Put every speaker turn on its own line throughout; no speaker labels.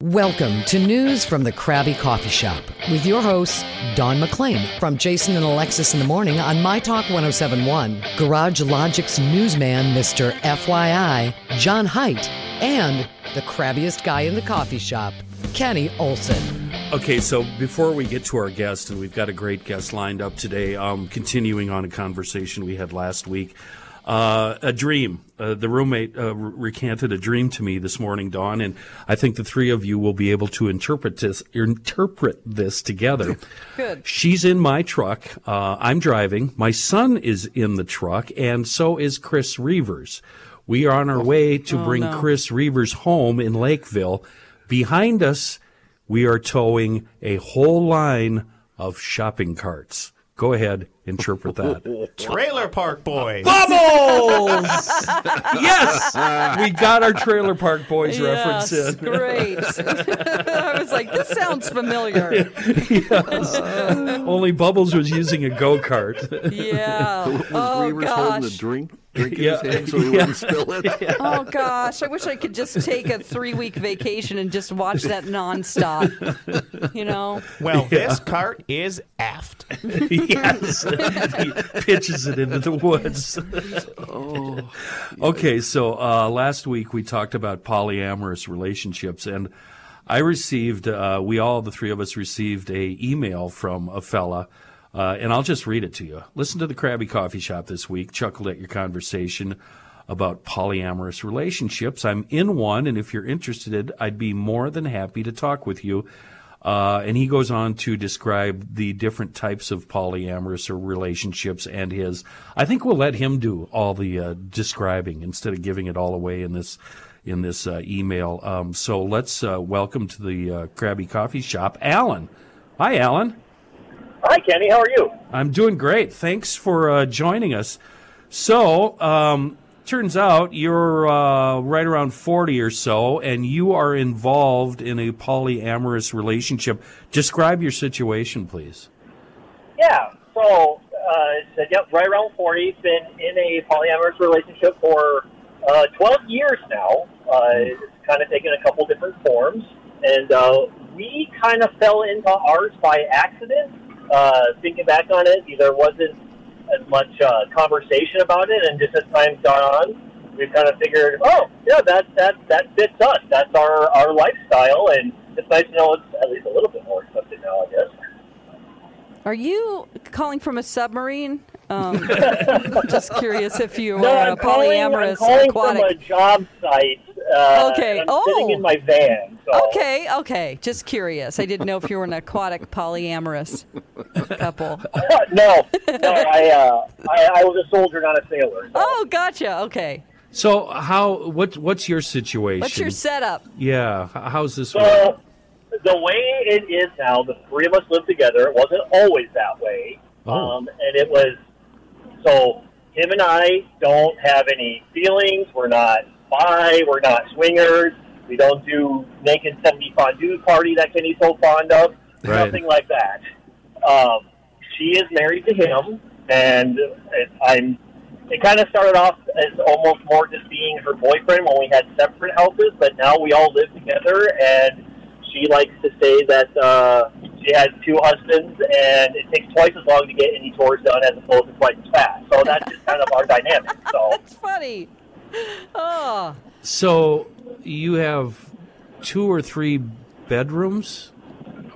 Welcome to News from the Krabby Coffee Shop with your hosts, Don McLean from Jason and Alexis in the Morning on My Talk 1071, Garage Logic's newsman, Mr. FYI, John Height, and the crabbiest guy in the coffee shop, Kenny Olson.
Okay, so before we get to our guest, and we've got a great guest lined up today, um, continuing on a conversation we had last week, uh, a dream. Uh, the roommate uh, re- recanted a dream to me this morning, Dawn, and I think the three of you will be able to interpret this. Interpret this together. Good. She's in my truck. Uh, I'm driving. My son is in the truck, and so is Chris Reavers. We are on our way to bring Chris Reavers home in Lakeville. Behind us we are towing a whole line of shopping carts. Go ahead, interpret that.
Trailer Park Boys.
Bubbles! yes! We got our Trailer Park Boys reference
Yes,
in.
great. I was like, this sounds familiar.
Only Bubbles was using a go kart.
Yeah.
Was
oh
Reavers holding
gosh.
the drink, drink in
Yeah.
his hand so he wouldn't spill it?
oh gosh. I wish I could just take a three-week vacation and just watch that nonstop. You know.
Well, this cart is aft.
yes. he pitches it into the woods. okay, so uh, last week we talked about polyamorous relationships, and I received, uh, we all, the three of us, received a email from a fella, uh, and I'll just read it to you. Listen to the Krabby Coffee Shop this week. Chuckled at your conversation about polyamorous relationships. I'm in one, and if you're interested, I'd be more than happy to talk with you. Uh, and he goes on to describe the different types of polyamorous or relationships and his. I think we'll let him do all the uh, describing instead of giving it all away in this in this uh, email. Um, so let's uh, welcome to the uh, Krabby Coffee Shop, Alan. Hi, Alan.
Hi, Kenny. How are you?
I'm doing great. Thanks for uh, joining us. So, um, turns out you're uh, right around 40 or so, and you are involved in a polyamorous relationship. Describe your situation, please.
Yeah. So, uh, said, yep, right around 40. Been in a polyamorous relationship for uh, 12 years now. Uh, it's kind of taken a couple different forms. And uh, we kind of fell into ours by accident. Uh, thinking back on it, there wasn't as much uh, conversation about it. And just as time's gone on, we've kind of figured, oh, yeah, that, that, that fits us. That's our, our lifestyle. And it's nice to know it's at least a little bit more accepted now, I guess.
Are you calling from a submarine? Um, just curious if you
No,
are
I'm
a
calling,
polyamorous
I'm calling
aquatic.
from a job site. Uh,
Okay,
I'm
oh.
sitting in my van. So.
Okay, okay. Just curious. I didn't know if you were an aquatic polyamorous couple.
no, no, I, uh, I I was a soldier, not a sailor. So.
Oh, gotcha. Okay.
So, how what what's your situation?
What's your setup?
yeah? h- How's this? work?
So the way it is now, the three of us live together. It wasn't always that way.
Oh.
Um, and it was so him and I don't have any feelings. We're not bi. We're not swingers. We don't do naked seventy fondue party that Kenny's so fond of.
Right.
Nothing like that. Um, she is married to him, and it, I'm. It kind of started off as almost more just being her boyfriend when we had separate houses, but now we all live together, and she likes to say that uh, she has two husbands, and it takes twice as long to get any chores done as opposed to twice as fast. So that's just kind of our dynamic. So
It's funny. Oh,
So, you have two or three bedrooms,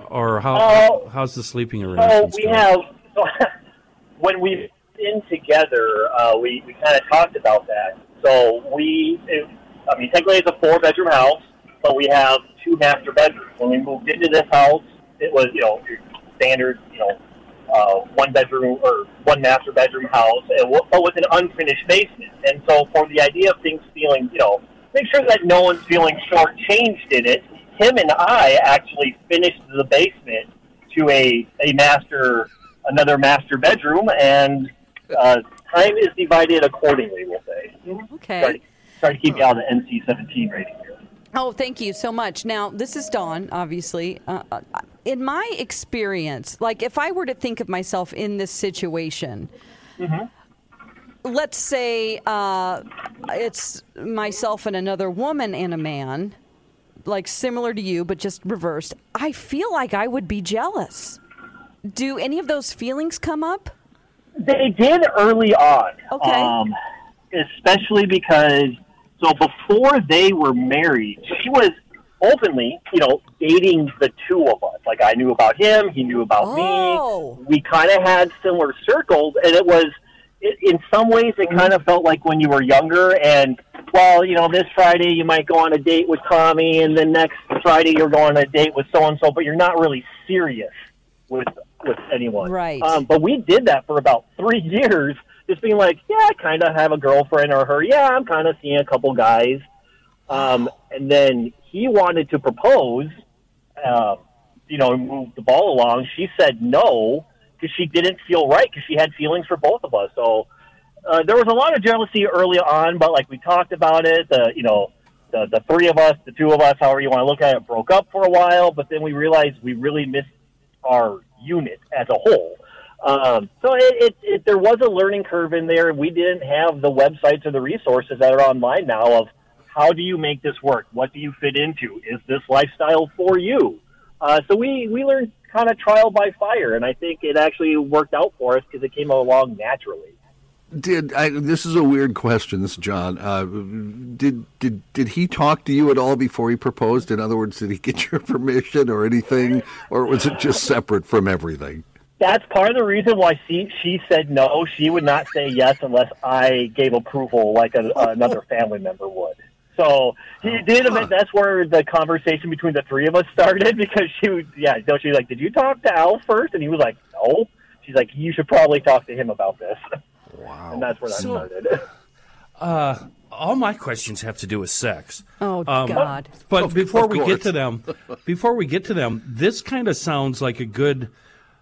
or how
Oh.
how's the sleeping
so
arrangements?
Oh, we
going?
have so when we in together, uh, we we kind of talked about that. So we, it, I mean, technically it's a four bedroom house, but we have two master bedrooms. When we moved into this house, it was you know your standard you know uh, one bedroom or one master bedroom house, and w- but with an unfinished basement. And so for the idea of things feeling you know make sure that no one's feeling shortchanged in it. Him and I actually finished the basement to a, a master, another master bedroom, and uh, time is divided accordingly, we'll say. Try to,
Okay.
try to keep you out of the NC 17 rating here.
Oh, thank you so much. Now, this is Dawn, obviously. Uh, uh, in my experience, like if I were to think of myself in this situation, let's say uh, it's myself and another woman and a man, like similar to you, but just reversed, I feel like I would be jealous. Do any of those feelings come up?
They did early on.
Okay.
Um, especially because, so before they were married, she was openly, you know, dating the two of us. Like, I knew about him, he knew about
Oh.
me. We kind of had similar circles, and it was, it, in some ways, it kind of felt like when you were younger and, well, you know, this Friday you might go on a date with Tommy, and then next Friday you're going on a date with so and so, but you're not really serious with with anyone.
Right.
Um, but we did that for about three years, just being like, yeah, I kind of have a girlfriend or her. Yeah, I'm kind of seeing a couple guys. Um, and then he wanted to propose, uh, you know, and move the ball along. She said no because she didn't feel right because she had feelings for both of us. So uh, there was a lot of jealousy early on, but like we talked about it, the you know, the, the three of us, the two of us, however you want to look at it, broke up for a while, but then we realized we really missed our unit as a whole. Um, so it, it, it, there was a learning curve in there. We didn't have the websites or the resources that are online now of how do you make this work? What do you fit into? Is this lifestyle for you? Uh, so we, we learned kind of trial by fire, and I think it actually worked out for us because it came along naturally.
Did I, this is a weird question? This is John. Uh, did did did he talk to you at all before he proposed? In other words, did he get your permission or anything, or was it just separate from everything?
that's part of the reason why she she said no. She would not say yes unless I gave approval, like a, another family member would. So he did. admit That's where the conversation between the three of us started because she, would, yeah, no, she was like, "Did you talk to Al first? And he was like, "No." She's like, "You should probably talk to him about this." Wow. and that's where that started.
All my questions have to do with sex.
Oh, God.
But before we get
course.
to them, before we get to them, this kind of sounds like a good,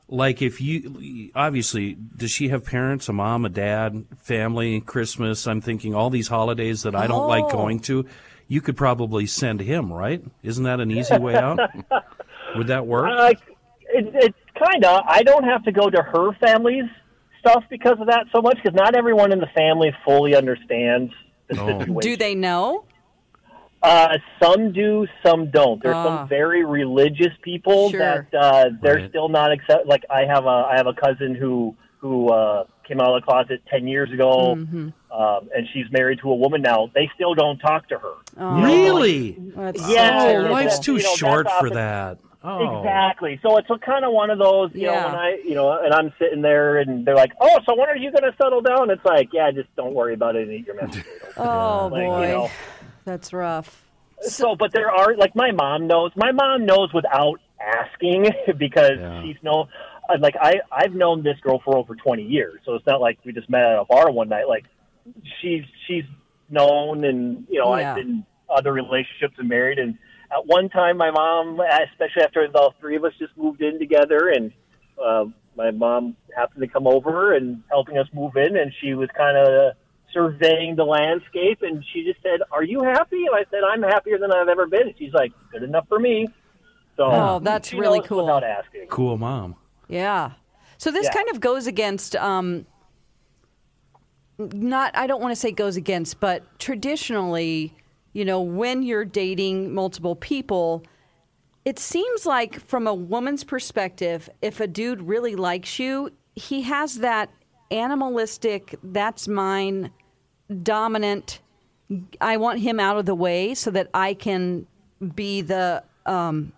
like if you obviously does she have parents, a mom, a dad, family, Christmas? I'm thinking all these holidays that I don't like
Oh.
going to. You could probably send him, right? Isn't that an easy way out? Would that work?
Uh, it, it's kind of. I don't have to go to her family's stuff because of that so much because not everyone in the family fully understands the situation.
Do they know?
Uh, some do, some don't. There's
Ah.
some very religious people
Sure.
that uh, they're
Right.
still not accept. Like I have a I have a cousin who who uh, came out of the closet ten years ago,
Mm-hmm.
um, and she's married to a woman now. They still don't talk to her.
Oh.
really?
That's so
Yeah,
Oh,
terrible.
life's too
You know, that's
short for
often-
that. Oh.
Exactly. So it's kind of one of those, you
Yeah.
know, when I, you know, and I'm sitting there and they're like, "Oh, so when are you going to settle down?" It's like, "Yeah, just don't worry about it and eat your mashed potatoes."
Oh,
Like, you
boy.
know.
That's rough.
So, but there are like my mom knows. My mom knows without asking because
Yeah.
she's no uh, like I I've known this girl for over twenty years. So it's not like we just met at a bar one night. Like she's she's known, and you know
Yeah.
I've been other relationships and married. And at one time, my mom, especially after the three of us just moved in together, and uh, my mom happened to come over and helping us move in, and she was kind of surveying the landscape, and she just said, "Are you happy?" And I said, "I'm happier than I've ever been." And she's like, "Good enough for me." So
Oh, that's
she
really
knows
cool.
Without asking,
Cool mom.
Yeah. So this
Yeah.
kind of goes against um not I don't want to say goes against, but traditionally, you know, when you're dating multiple people, it seems like from a woman's perspective, if a dude really likes you, he has that animalistic that's mine dominant I want him out of the way so that I can be the um,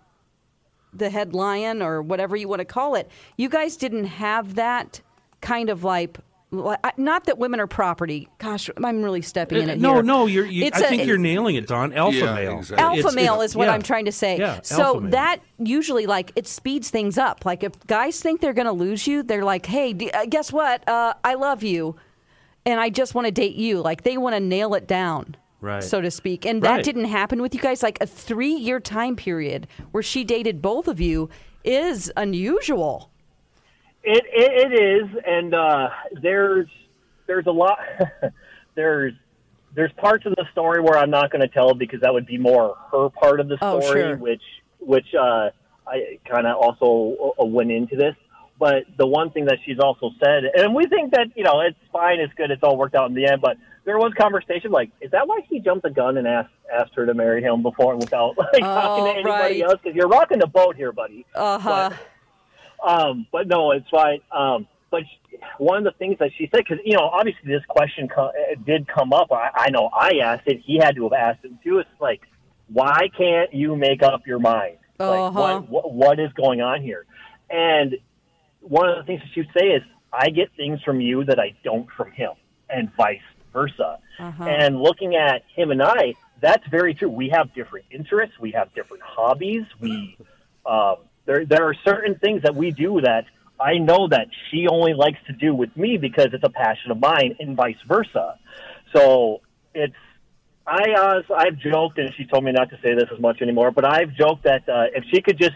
the head lion or whatever you want to call it. You guys didn't have that kind of like. li- I- Not that women are property. Gosh, I'm really stepping in
Uh,
it.
no,
here.
no, you're. You,
It's
I
a-
think you're nailing it, Don. Alpha
Yeah,
male.
exactly.
alpha
It's-
male
it's-
is what
yeah,
I'm trying to say.
yeah,
so
alpha male.
that usually like it speeds things up. Like if guys think they're going to lose you, they're like, "Hey, d- uh, guess what? Uh, I love you, and I just want to date you." Like they want to nail it down.
Right.
So to speak. And that
Right.
didn't happen with you guys. Like a three year time period where she dated both of you, is unusual.
It, it, it is, and uh, there's there's a lot there's there's parts of the story where I'm not going to tell because that would be more her part of the
Oh,
story,
sure.
which which uh, I kind of also uh, went into this. But the one thing that she's also said, and we think that you know it's fine, it's good, it's all worked out in the end. But there was conversation like, is that why he jumped the gun and asked asked her to marry him before without like talking to
Oh, right.
anybody else? Because you're rocking the boat here, buddy.
Uh huh.
But- um, but no, it's fine. Um, but she, one of the things that she said, because you know, obviously this question co- uh, did come up. I, I know I asked it. He had to have asked it too. It's like, why can't you make up your mind?
Uh-huh.
Like, what, what what is going on here? And one of the things that she would say is, I get things from you that I don't from him, and vice versa. And looking at him and I, that's very true. We have different interests, we have different hobbies. We um, there there are certain things that we do that I know that she only likes to do with me because it's a passion of mine, and vice versa. So it's I uh, I've joked, and she told me not to say this as much anymore, but I've joked that uh, if she could just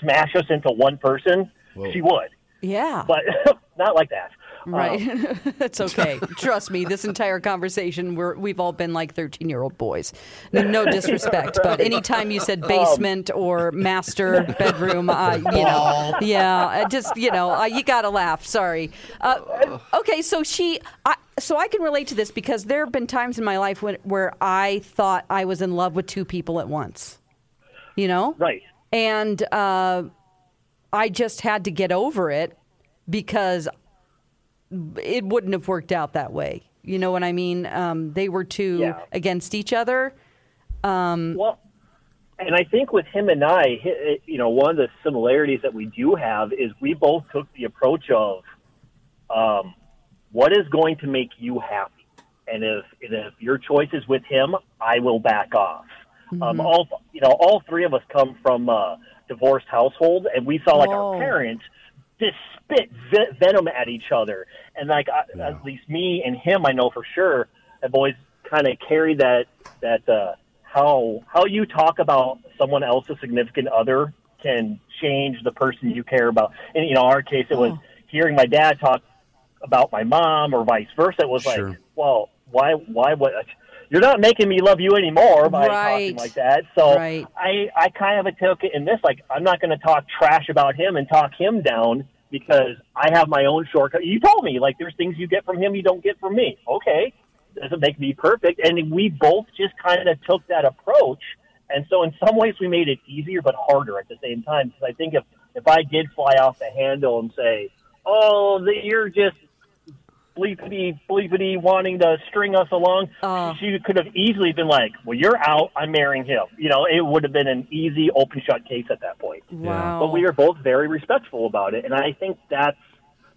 smash us into one person, she would
Yeah.
but not like that. Um,
Right. it's okay. Trust me, this entire conversation, we're, we've all been like 13 year old boys. No disrespect, but anytime you said basement or master bedroom, uh, you know, yeah, I just, you know, uh, you got to laugh. Sorry. Uh, okay, so she, I, so I can relate to this because there have been times in my life when, where I thought I was in love with two people at once, you know?
right.
And uh, I just had to get over it because it wouldn't have worked out that way. You know what I mean? Um, they were two
Yeah.
against each other.
Well, and I think with him and I, hi- it- you know, one of the similarities that we do have is we both took the approach of, um, what is going to make you happy, and if and if your choice is with him, I will back off. Um, all you know, all three of us come from uh, divorced households, and we saw like
Whoa.
our parents just spit ve- venom at each other. And like I, at least me and him, I know for sure, have always kind of carried that that uh, how how you talk about someone else's significant other can change the person you care about. And you know, our case, it was hearing my dad talk about my mom or vice versa. It was
Sure.
like, well, why why would you're not making me love you anymore by
Right.
talking like that? So
Right.
I, I kind of took it in this like I'm not going to talk trash about him and talk him down because I have my own shortcut. You told me like there's things you get from him you don't get from me. Okay, doesn't make me perfect, and we both just kind of took that approach. And so in some ways we made it easier but harder at the same time because I think if if I did fly off the handle and say, oh, the, you're just bleepity bleepity wanting to string us along.
Uh.
she could have easily been like, "Well, you're out. I'm marrying him." You know, it would have been an easy open shut case at that point.
Wow.
But we were both very respectful about it, and I think that's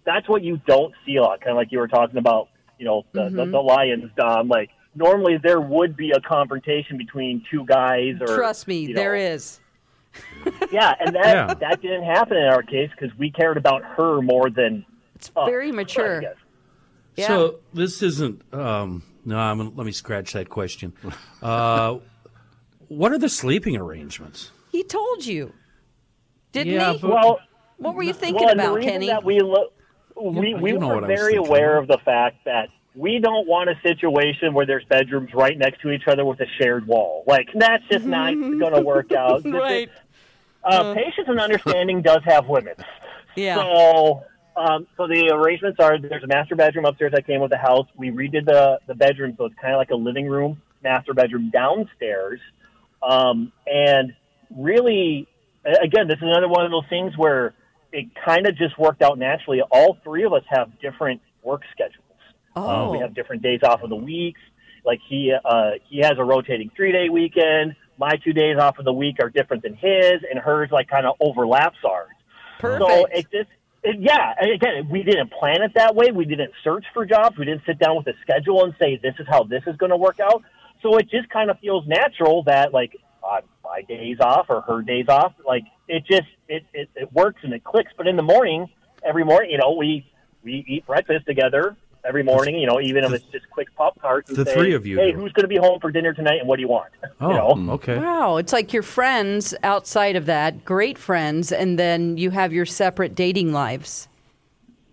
that's what you don't see a lot. Kind of like you were talking about, you know, the,
Mm-hmm.
the, the lions, Dom. Like normally there would be a confrontation between two guys. Or
Trust me,
you know,
there is.
Yeah, and that
Yeah.
that didn't happen in our case because we cared about her more than
It's
us,
very
I
mature.
guess.
Yeah.
So this isn't. Um, no, I'm, gonna- let me scratch that question. Uh, what are the sleeping arrangements?
He told you, didn't
Yeah,
he?
but-
Well.
what were you thinking
well, and
about,
the reason
Kenny?
That we lo- we,
you
we
know
were
what I was
very
thinking.
aware of the fact that we don't want a situation where there's bedrooms right next to each other with a shared wall. Like that's just not going to work out. This is-
Mm-hmm. right.
uh, patience and understanding does have limits.
Yeah.
So, um, so the arrangements are there's a master bedroom upstairs that came with the house. We redid the, the bedroom, so it's kind of like a living room, master bedroom downstairs. Um, and really, a- again, this is another one of those things where it kind of just worked out naturally. All three of us have different work schedules. Um, we
Oh.
have different days off of the weeks. Like he uh, he has a rotating three day weekend. My two days off of the week are different than his, and hers like kind of overlaps ours. So
Perfect.
it just it, yeah. and Again, we didn't plan it that way. We didn't search for jobs. We didn't sit down with a schedule and say this is how this is going to work out. So it just kind of feels natural that like on my days off or her days off, like it just it, it it works and it clicks. But in the morning, every morning, you know, we we eat breakfast together. every morning. You know, even if it's just quick pop carts. and
The
say,
three of you
Hey,
do.
who's going to be home for dinner tonight, and what do you want?
Oh,
you
Hmm.
know,
okay.
Wow, it's like your friends outside of that, great friends, and then you have your separate dating lives.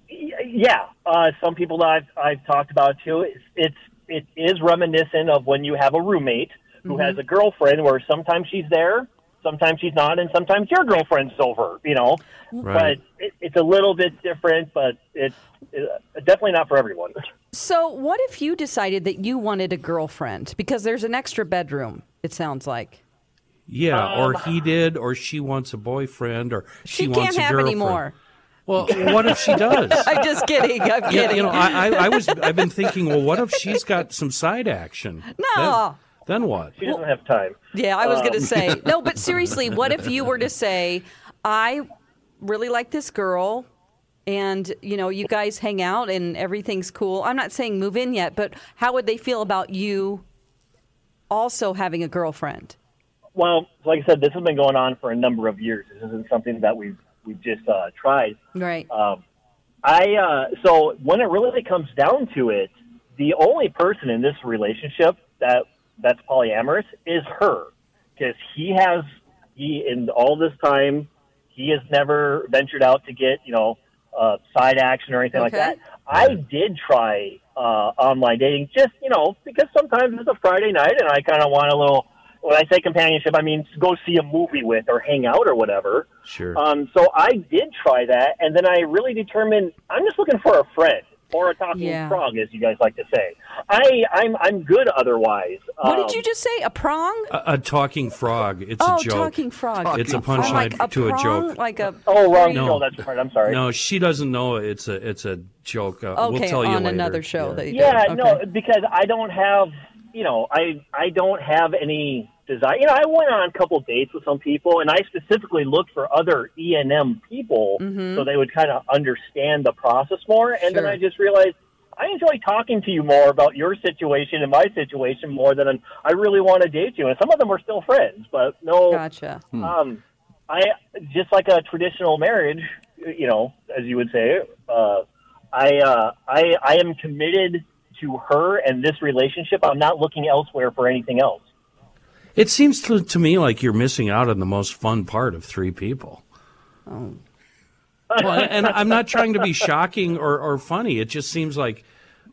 Y- yeah. Uh, some people that I've I've talked about too. It's it's it is reminiscent of when you have a roommate who has a girlfriend, where sometimes she's there, sometimes she's not, and sometimes your girlfriend's over. You know,
Right.
but it, it's a little bit different, but it's uh, definitely not for everyone.
So, what if you decided that you wanted a girlfriend? Because there's an extra bedroom, it sounds like.
Yeah, or he did, or she wants a boyfriend, or she,
Um, She,
wants
can't
a
have
girlfriend.
any more.
Well, what if she does?
I'm just kidding. I'm
Yeah,
kidding.
you know, I, I, I was I've been thinking, well, what if she's got some side action?
No.
Then, then what?
She doesn't have time.
Yeah, I was going
um,
to say. No, but seriously, what if you were to say, I really like this girl and, you know, you guys hang out and everything's cool. I'm not saying move in yet, but how would they feel about you also having a girlfriend?
Well, like I said, this has been going on for a number of years. This isn't something that we've we've just uh, tried.
Right.
Um, I uh, so when it really comes down to it, the only person in this relationship that that's polyamorous is her, because he has he in all this time he has never ventured out to get you know uh, side action or anything like
Okay.
that. I did try uh, online dating just you know because sometimes it's a Friday night and I kind of want a little. When I say companionship, I mean go see a movie with or hang out or whatever.
Sure.
Um, so I did try that, and then I really determined I'm just looking for a friend or a talking
Yeah.
frog, as you guys like to say. I I'm I'm good otherwise.
what
Um,
did you just say? A prong?
a, a talking frog. It's
oh,
a joke.
talking frog.
It's a
Oh,
punchline
like a
to a
prong?
joke.
Like a
Oh, wrong.
No.
No, that's right. I'm sorry.
No, she doesn't know it's a it's a joke. Uh,
Okay,
we'll tell you
on
later.
another show
Yeah.
that you
Yeah,
did.
no,
Okay.
because I don't have, you know, I I don't have any desire. You know, I went on a couple dates with some people, and I specifically looked for other E and M people so they would kind of understand the process more. And then
Mm-hmm. Sure.
I just realized I enjoy talking to you more about your situation and my situation more than I'm, I really want to date you. And some of them are still friends, but no,
Gotcha.
um, I just like a traditional marriage, you know, as you would say. Uh, I uh, I I am committed to her and this relationship. I'm not looking elsewhere for anything else.
It seems to, to me like you're missing out on the most fun part of three people.
Oh.
Well, and I'm not trying to be shocking or, or funny. It just seems like,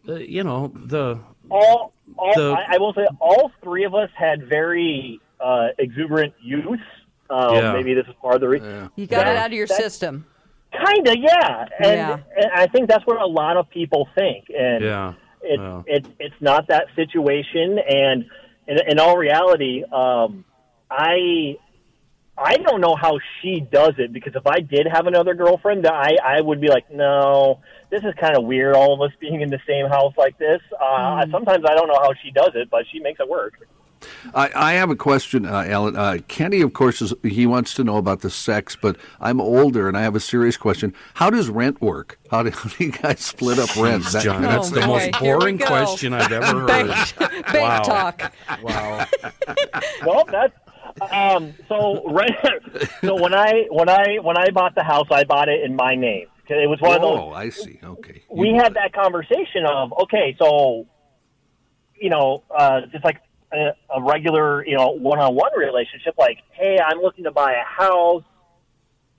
uh, you know, the
All, all
The-
I, I will say, all three of us had very uh, exuberant youth. Um,
Yeah.
Maybe this is part of the reason.
You got it
That-
out of your
that-
system.
Kinda, yeah, and,
Yeah.
and I think that's what a lot of people think. And
yeah.
it,
yeah.
it it's not that situation and in, in all reality um i i don't know how she does it because if i did have another girlfriend then i i would be like no this is kind of weird all of us being in the same house like this uh sometimes i don't know how she does it but she makes it work
I, I have a question, uh, Alan. Uh, Kenny, of course, is, he wants to know about the sex, but I'm older and I have a serious question. How does rent work? How do, how do you guys split up rent? That-
John,
Oh,
that's the
boy.
most
Here we
boring
go.
question I've ever heard.
Bank, bank
Wow.
talk.
wow.
well, that's um, so right. So when I when I when I bought the house, I bought it in my name. It was one of those
oh, I see. Okay.
we
You-
had that conversation of okay, so you know, uh, just like a, a regular you know one-on-one relationship, like hey, I'm looking to buy a house.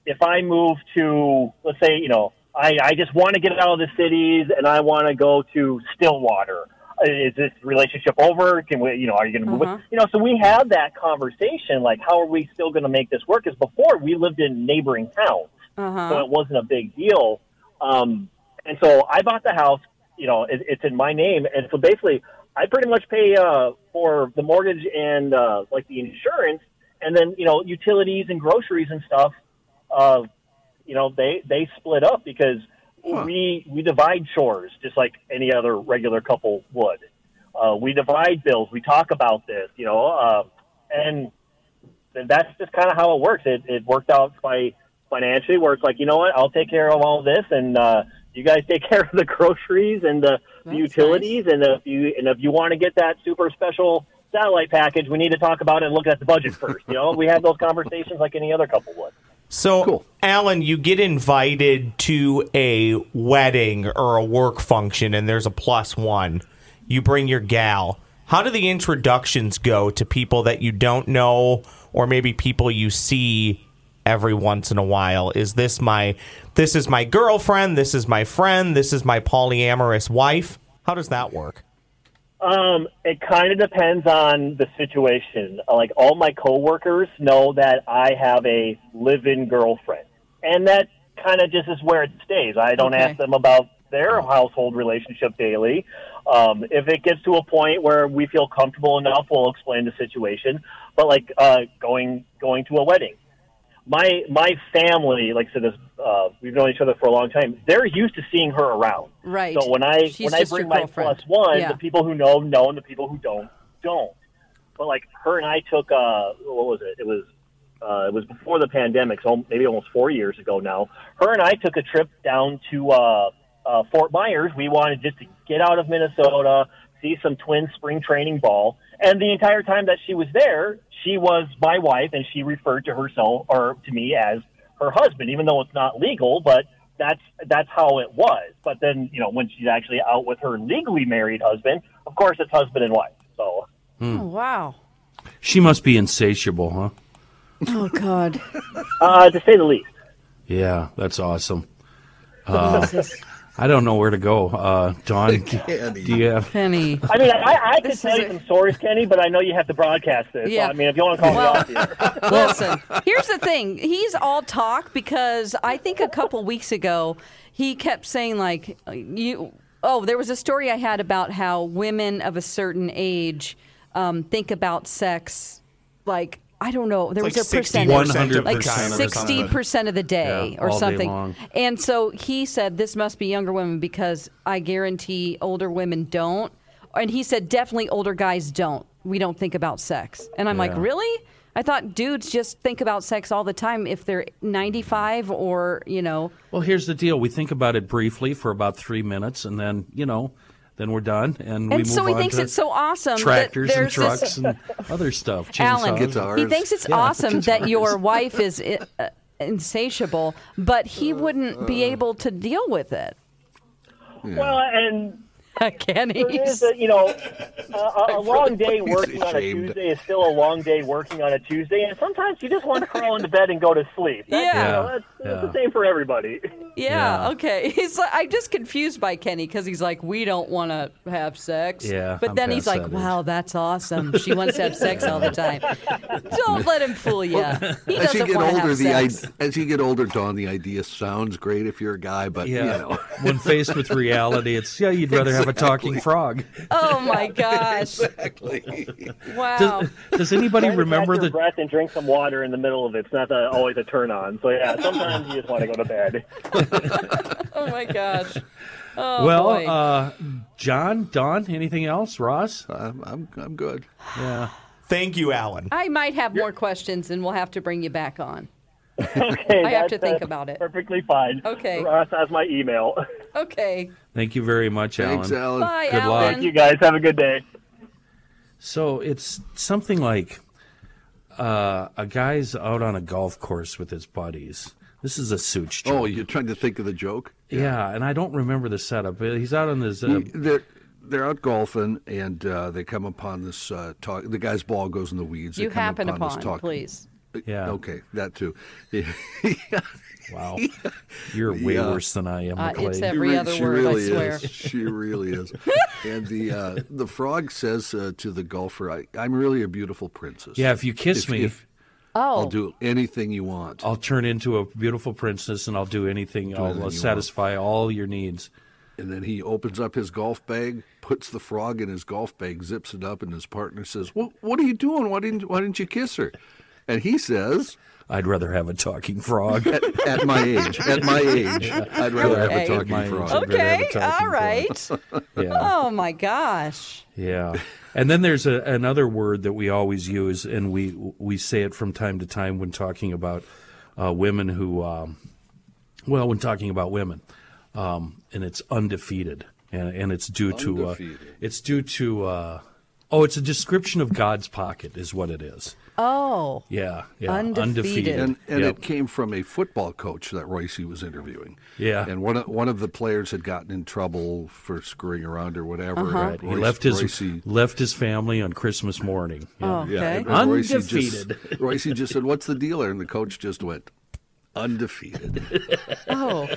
If I move to let's say you know I, I just want to get out of the cities and I want to go to Stillwater. Is this relationship over? Can we, you know, are you going to move? it? You know, so we had that conversation, like, how are we still going to make this work? Because before we lived in neighboring towns, so it wasn't a big deal. Um, and so I bought the house. You know, it, it's in my name, and so basically, I pretty much pay uh, for the mortgage and uh, like the insurance, and then you know utilities and groceries and stuff. Uh, you know, they they split up because we we divide chores just like any other regular couple would. Uh, we divide bills. We talk about this. You know, uh, and and that's just kind of how it works. It, it worked out by financially where it's like, you know what, I'll take care of all this and, uh, you guys take care of the groceries and the, the
That's
utilities. And if you, and if you want to get that super special satellite package, we need to talk about it and look at the budget first. You know, we have those conversations like any other couple would.
So,
Cool.
Alan, you get invited to a wedding or a work function, and there's a plus one. You bring your gal. How do the introductions go to people that you don't know, or maybe people you see every once in a while? Is this my this is my girlfriend? This is my friend? This is my polyamorous wife? How does that work?
Um, it kind of depends on the situation. Like all my coworkers know that I have a live-in girlfriend, and that kind of just is where it stays. I don't
Okay.
ask them about their household relationship daily. Um, if it gets to a point where we feel comfortable enough, we'll explain the situation. But like uh, going going to a wedding, my my family, like I said, this, uh, we've known each other for a long time. They're used to seeing her around.
Right.
So when I
She's
when I
just your
bring my
girlfriend.
plus one,
Yeah.
the people who know know, and the people who don't don't. But like her and I took uh, what was it? It was uh, it was before the pandemic, so maybe almost four years ago now. Her and I took a trip down to uh, uh, Fort Myers. We wanted just to get out of Minnesota, see some twin spring training ball. And the entire time that she was there, she was my wife, and she referred to herself or to me as her husband, even though it's not legal. But that's that's how it was. But then you know when she's actually out with her legally married husband, of course it's husband and wife. So
Oh, wow.
She must be insatiable, huh?
Oh, God.
uh, to say the least.
Yeah, that's awesome. Uh. I don't know where to go. Uh, Don, do you have?
Penny.
I mean, I, I could
This
tell
is
you
a-
some stories, Kenny, but I know you have to broadcast this.
Yeah.
So, I mean, if you want to call
Well-
me off here.
Listen, here's the thing. He's all talk because I think a couple weeks ago he kept saying like you. Oh, there was a story I had about how women of a certain age um, think about sex like I don't know. There
It's
was a
like 60%
percentage.
of
like
the time or
sixty
something.
percent of the day
Yeah,
or
all day
something.
long.
And so he said this must be younger women because I guarantee older women don't. And he said definitely older guys don't. We don't think about sex. And I'm like,
Yeah.
really? I thought dudes just think about sex all the time if they're 95 or you know.
Well, here's the deal. We think about it briefly for about three minutes, and then you know, then we're done, and, we
And
move
so he
on
thinks
to
it's so awesome.
Tractors
that
and
there's
trucks
This,
and other stuff.
Alan,
chainsaws.
Guitars.
he thinks it's awesome that your wife is i- uh, insatiable, but he wouldn't be
Uh.
able to deal with it.
Well, and
Can he?
there is, a, you know, a, a, a long day working on a
ashamed.
Tuesday is still a long day working on a Tuesday, and sometimes you just want to crawl into bed and go to sleep. That's,
Yeah.
you know, that's,
Yeah.
that's the same for everybody.
Yeah,
Yeah.
okay. He's like, I'm just confused by Kenny because he's like, we don't want to have sex.
Yeah,
But
I'm
then he's
past
like,
that
wow, that's awesome. She wants to have sex all the time. Don't let him fool you. He
As you
doesn't
get
want to
older,
have
the I-
sex.
as you get older, Dawn, the idea sounds great if you're a guy, but
Yeah.
you know,
when faced with reality, it's yeah, you'd rather have a talking frog.
Oh my gosh. Wow.
Does, does anybody
Try to
remember
catch your
the
breath and drink some water in the middle of it. It's not the, always a turn on. So yeah, sometimes you just want to go to bed.
Oh my gosh. Oh,
well,
boy.
uh, John, Don, anything else? Ross?
I'm, I'm I'm good.
Yeah.
Thank you, Alan.
I might have more questions and we'll have to bring you back on.
Okay,
I have to
that's-
think
that's
about it.
Perfectly fine.
Okay.
Ross has my email.
Okay.
Thank you very much, Alan.
Thanks, Alan.
Bye,
Good luck.
Alan.
Thank you guys. Have a good day.
So it's something like uh, a guy's out on a golf course with his buddies. This is a suit
Oh, you're trying to think of the joke.
yeah. and I don't remember the setup. but He's out on this. Uh,
They're they're out golfing and uh, they come upon this uh, talk. The guy's ball goes in the weeds. They
You
come
happen
upon this
upon,
talk-
please.
yeah.
uh, Okay, that too.
Wow. You're way
Yeah.
worse than I am,
Uh,
McClay.
it's every
re-
other word,
really
I swear.
Is. She really is. and the uh, the frog says uh, to the golfer, I, "I'm really a beautiful princess.
yeah, if you kiss
If-
me,
if-
Oh,
I'll do anything you want."
I'll turn into a beautiful princess and I'll do anything. I'll
anything you
satisfy all your needs.
And then he opens up his golf bag, puts the frog in his golf bag, zips it up, and his partner says, "What? What are you doing? Why didn't Why didn't you kiss her?" And he says,
I'd rather have a talking frog.
"At my age, at my age, I'd rather have
Okay.
a talking
My age.
frog."
I'd rather have a
okay.
talking
All
frog.
right.
Yeah.
Oh my gosh.
Yeah. And then there's a, another word that we always use, and we we say it from time to time when talking about uh, women who, um, well, when talking about women, um, and it's undefeated, and, and it's due to uh,
Undefeated.
it's due to uh, oh, it's a description of God's pocket, is what it is.
Oh.
Yeah, yeah,
Undefeated.
And, and
Yep.
it came from a football coach that Royce was interviewing.
Yeah.
And one of, one of the players had gotten in trouble for screwing around or whatever.
Right. He left his left his family on Christmas morning. Yeah.
Oh, okay.
Yeah, and- and Royce just,
Undefeated.
Royce just said, "What's the dealer?" And the coach just went, "Undefeated."
Oh,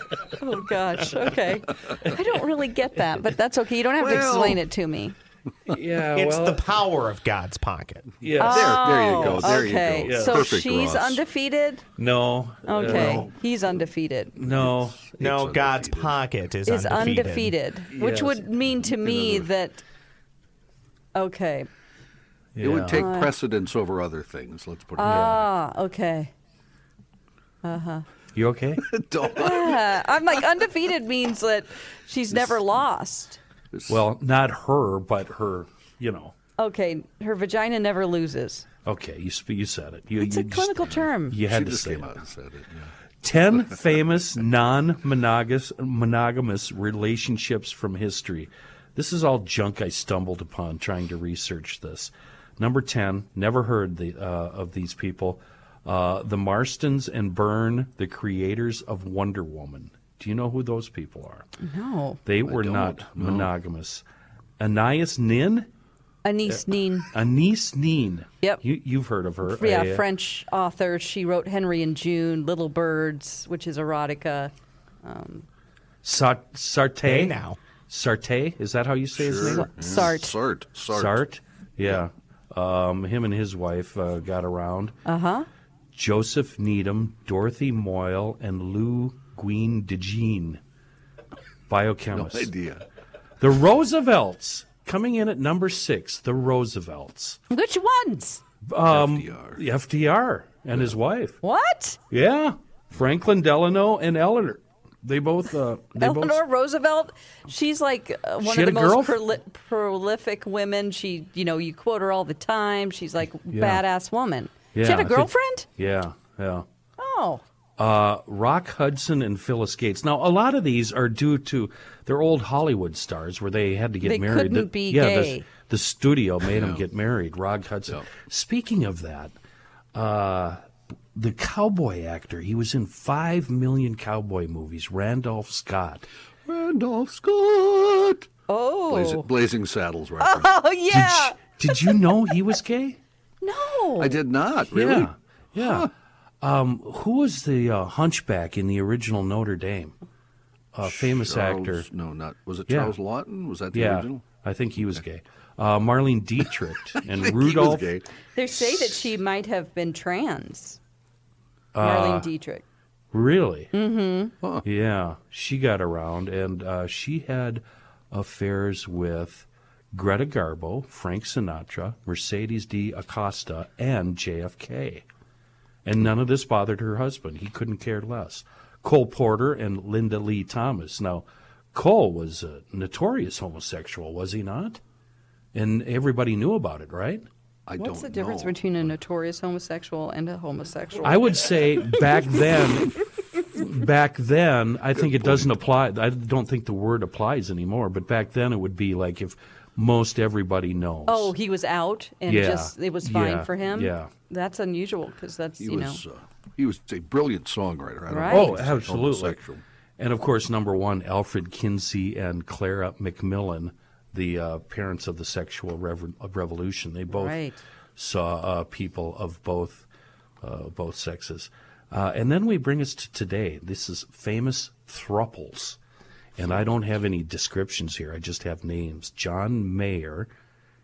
oh gosh. Okay. I don't really get that, but that's okay. You don't have to explain it to me.
yeah,
It's
well,
the power of God's pocket.
yes.
There, there you go.
Oh,
There
okay.
you go.
So
Perfect,
she's
Ross.
undefeated.
no, uh,
Okay, he's undefeated.
no.
No, God's
undefeated.
pocket is,
Is
undefeated.
undefeated, which
Yes.
would mean to me that. Okay.
It
Yeah.
would take precedence over other things. Let's put it
Ah, okay.
You okay?
that way.
Yeah, I'm like undefeated means that she's never lost.
well, not her, but her. You know.
Okay, her vagina never loses.
Okay, you sp- you said it. You,
It's
you
a
just-
clinical term.
You had
She
to
just
say
came
it.
out and said it. yeah.
10 famous non monogamous relationships from history. This is all junk I stumbled upon trying to research this. Number 10, never heard the, uh, of these people. Uh, the Marstons and Byrne, the creators of Wonder Woman. Do you know who those people are?
No,
They were not monogamous. Anais Nin?
Anise Nin.
Anise Nin.
Yep.
You, you've heard of her.
Yeah,
A-
French author. She wrote Henry and June, Little Birds, which is erotica.
Sa- Sartre.
Hey now.
Sartre? Is that how you say his name?
Sure. Sart.
Sart. Sart.
Sart. Yeah. Um, him and his wife uh, got around.
Uh huh.
Joseph Needham, Dorothy Moyle, and Lou Guin de Jean, biochemists.
Idea.
The Roosevelts, coming in at number six, the Roosevelts.
Which ones?
FDR.
The FDR and his wife.
What?
Yeah. Franklin Delano and Eleanor. They both. Uh, they
Eleanor
both
Roosevelt. She's like uh, one
She
of
had
the
a
most
girlfriend?
proli- prolific women. She, you know, you quote her all the time. She's like
Yeah.
badass woman.
Yeah,
she had
I
a
think-
girlfriend.
yeah, yeah. Uh,
Oh,
Rock Hudson and Phyllis Gates. Now, a lot of these are due to their old Hollywood stars where they had to get
They
married.
couldn't
The-
be
yeah,
gay.
The, the studio made them get married. Rock Hudson. Speaking of that, uh, the cowboy actor, he was in five million cowboy movies, Randolph Scott.
Randolph Scott.
oh,
Blazing, Blazing Saddles reference.
oh yeah.
Did you know he was gay?
No.
I did not really.
Yeah. Yeah. Um, who was the uh, hunchback in the original Notre Dame? A famous
Charles-
actor.
No, not was it
Yeah.
Charles Lawton? Was that the
Yeah,
original?
I think he was gay. Uh, Marlene Dietrich and
He was
Rudolph.
gay.
They say that she might have been trans.
Uh,
Marlene Dietrich.
Really? Mm-hmm. Yeah, she got around, and uh, she had affairs with Greta Garbo, Frank Sinatra, Mercedes D. Acosta, and JFK. And none of this bothered her husband. He couldn't care less. Cole Porter and Linda Lee Thomas. Now, Cole was a notorious homosexual, was he not? And everybody knew about it, right?
I don't
What's the difference
know.
between a notorious homosexual and a homosexual?
I would say back then, back then, I think it doesn't apply. I don't think the word applies anymore. But back then, it would be like if most everybody knows.
oh, he was out and
Yeah.
just it was fine
Yeah.
for him.
Yeah.
That's unusual because that's
He
you know.
was uh, he was a brilliant songwriter. I don't
Right.
know
Oh,
if he was
absolutely.
homosexual.
And of course, number one, Alfred Kinsey and Clara McMillan, the uh, parents of the sexual rev- of revolution. They both
Right.
saw uh, people of both uh, both sexes. Uh, and then we bring us to today. This is famous thruples. And I don't have any descriptions here. I just have names. John Mayer,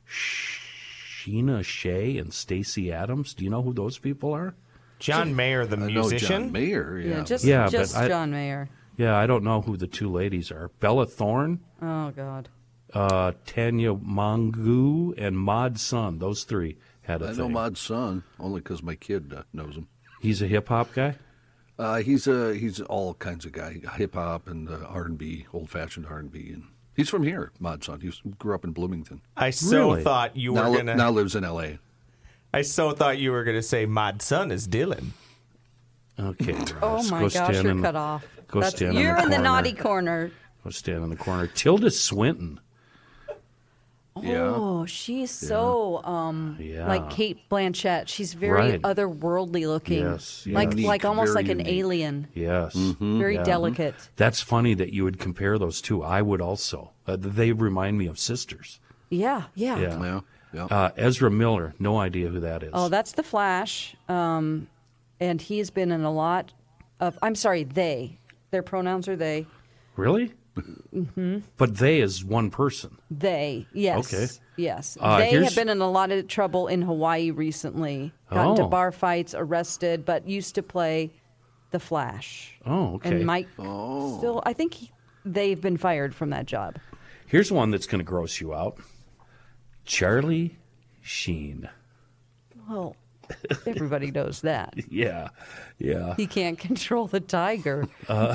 Sheena Shea, and Stacy Adams. Do you know who those people are?
John Mayer, the
I know Uh, John
musician.
Mayer. Yeah.
Yeah, just
Yeah, but
just
I-
John Mayer.
Yeah, I don't know who the two ladies are. Bella Thorne,
Oh God.
uh, Tanya Mongu, and Mod Sun. Those three had a
I know
thing.
Mod's son only because my kid uh, knows him.
He's a hip hop guy.
Uh, he's a he's all kinds of guy, hip hop and uh, R and B, old fashioned R and B, and he's from here, Modson. He was, grew up in Bloomington.
I so
Really?
thought you were
Now, li-
gonna.
now lives in L.A.
I so thought you were gonna say my son is Dylan.
Okay.
Oh
Ross,
my
go
gosh,
stand
you're
in-
cut off.
Go
That's-
stand
you're in the
corner.
naughty corner.
Go stand in the corner. Tilda Swinton.
Yeah.
Oh, she's so um
Yeah.
like Kate Blanchett. She's very
Right.
otherworldly looking.
Yes, Hmm?
Like
yes.
like almost
Very
like an
unique.
alien.
Yes.
Mm-hmm.
Very delicate.
That's funny that you would compare those two. I would also. Uh, they remind me of sisters.
Yeah, yeah.
Yeah.
Yeah. Yeah.
Uh, Ezra Miller, no idea who that is.
Oh, that's the Flash. Um and he's been in a lot of I'm sorry, they. Their pronouns are they.
really?
Mm-hmm.
But they is one person.
They. Yes.
Okay.
Yes.
Uh,
they
here's-
have been in a lot of trouble in Hawaii recently. Got into
Oh.
bar fights, arrested, but used to play the Flash.
Oh, okay.
And Mike still I think he, they've been fired from that job.
Here's one that's going to gross you out. Charlie Sheen.
Well, everybody knows that.
Yeah. Yeah.
He can't control the tiger.
Uh.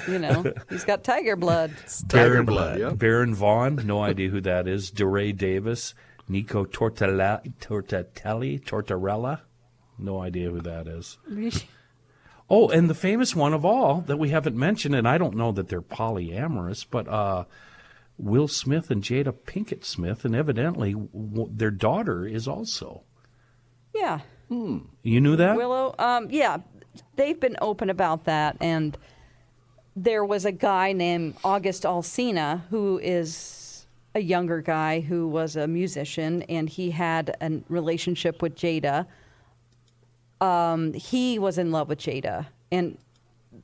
you know, he's got tiger blood.
Tiger blood. Yeah.
Baron Vaughn, no idea who that is. DeRay Davis, Nico Tortella, Tortatelli, Tortorella, no idea who that is. Oh, and the famous one of all that we haven't mentioned, and I don't know that they're polyamorous, but uh, Will Smith and Jada Pinkett Smith, and evidently w- their daughter is also.
Yeah.
You knew that?
Willow, um, yeah, they've been open about that. And there was a guy named August Alsina who is a younger guy who was a musician and he had a relationship with Jada. Um, he was in love with Jada and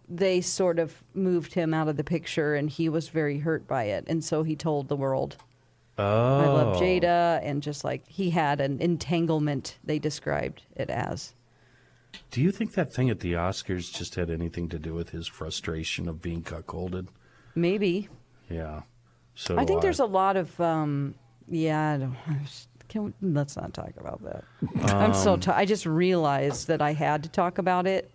they sort of moved him out of the picture and he was very hurt by it. And so he told the world. I love Jada, and just like he had an entanglement, they described it as.
Do you think that thing at the Oscars just had anything to do with his frustration of being cuckolded?
Maybe.
Yeah. So
I think
uh,
there's a lot of. Um, yeah, I don't. Can we, let's not talk about that. I'm so. T- I just realized that I had to talk about it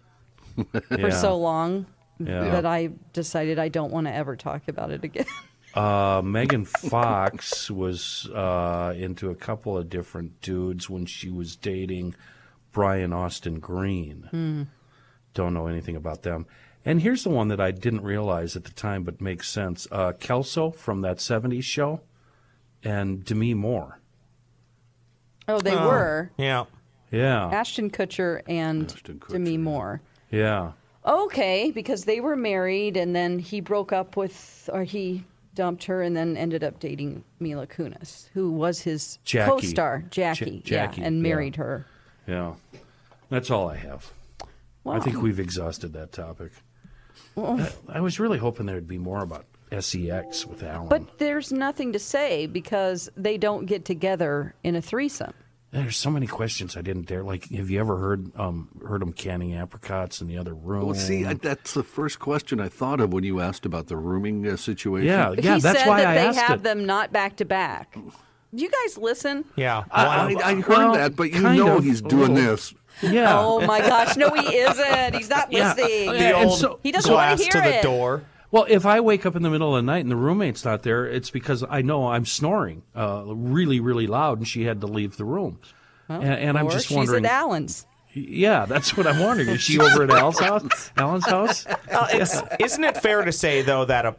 for
yeah.
so long
Yeah.
that I decided I don't want to ever talk about it again.
Uh, Megan Fox was uh, into a couple of different dudes when she was dating Brian Austin Green.
Hmm.
Don't know anything about them. And here's the one that I didn't realize at the time, but makes sense. Uh, Kelso from that '70s show, and Demi Moore.
Oh, they were
Yeah.
Yeah,
Ashton Kutcher and
Ashton Kutcher,
Demi
yeah.
Moore.
yeah,
Okay, because they were married, and then he broke up with, or he dumped her, and then ended up dating Mila Kunis, who was his
Jackie.
co-star, Jackie,
Jackie,
yeah, and
yeah.
married her.
yeah. That's all I have. I think we've exhausted that topic. I, I was really hoping there'd be more about sex with Alan.
But there's nothing to say because they don't get together in a threesome.
There's so many questions I didn't dare. Like, have you ever heard um heard them canning apricots in the other room?
Well, Oh, see, I, that's the first question I thought of when you asked about the rooming uh, situation.
yeah, yeah,
he
that's
said
why
that
I
they
asked
have
it.
them not back to back. Do you guys listen?
Yeah.
I,
Wow.
I heard
Well,
that, but you
kind
know
of, Oh.
he's
a
doing
little.
this.
Yeah,
Oh my gosh, no, he isn't. He's not
yeah.
listening.
Yeah, and
old-
so-
He doesn't want
Glass
to hear
to the
it.
door.
Well, if I wake up in the middle of the night and the roommate's not there, it's because I know I'm snoring uh, really, really loud, and she had to leave the room. and and I'm
Or
just
she's
wondering.
at Allen's.
Yeah, that's what I'm wondering. Is she over at Al's house? Alan's house?
Oh,
Uh, it's- isn't it fair to say though that a,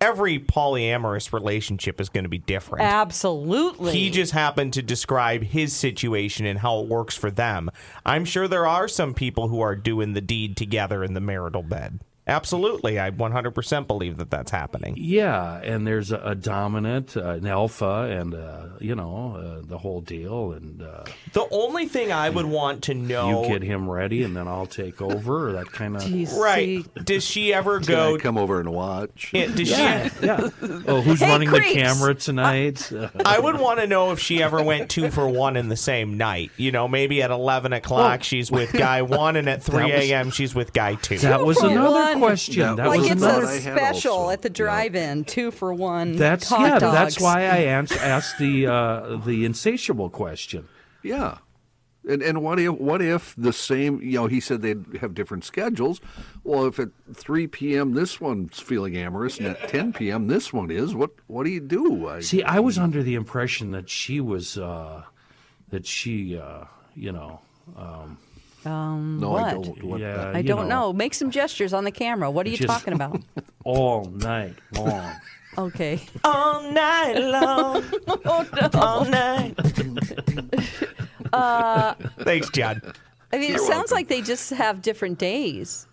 every polyamorous relationship is going to be different?
Absolutely.
He just happened to describe his situation and how it works for them. I'm sure there are some people who are doing the deed together in the marital bed. Absolutely. I 100% believe that that's happening.
Yeah, and there's a, a dominant, uh, an alpha, and uh, you know uh, the whole deal, and. Uh,
The only thing I would want to know
Oh.
you get him ready and then I'll take over or that kind of
You see-
Right. Does she ever
Can I
go
come over and watch?
Yeah, does she
yeah. Oh, who's
Hey,
running
creeps!
the camera tonight? Uh,
I would want to know if she ever went two for one in the same night. You know, maybe at 11
Oh.
o'clock she's with guy one, and at 3
was-
a.m. she's with guy two.
that was
for
another
one.
question.
That
That
like
was
it's
another.
I
a
had
special
also.
at the
Yeah.
drive-in, two for one.
That's
hot
yeah.
Dogs.
That's why I ans- asked the uh, the insatiable question.
Yeah. And and what if what if the same you know he said they'd have different schedules. Well, if at 3 p.m. this one's feeling amorous and at 10 p.m. this one is, what what do you do? I,
See, I was under the impression that she was uh, that she uh, you know
no, I
what?
don't. What
yeah.
Um, I
uh, you
don't know. Make some gestures on the camera. What are you
Just-
talking about?
all night long.
Okay.
All night long. All night. Thanks, John.
I mean, it sounds like they just have different days.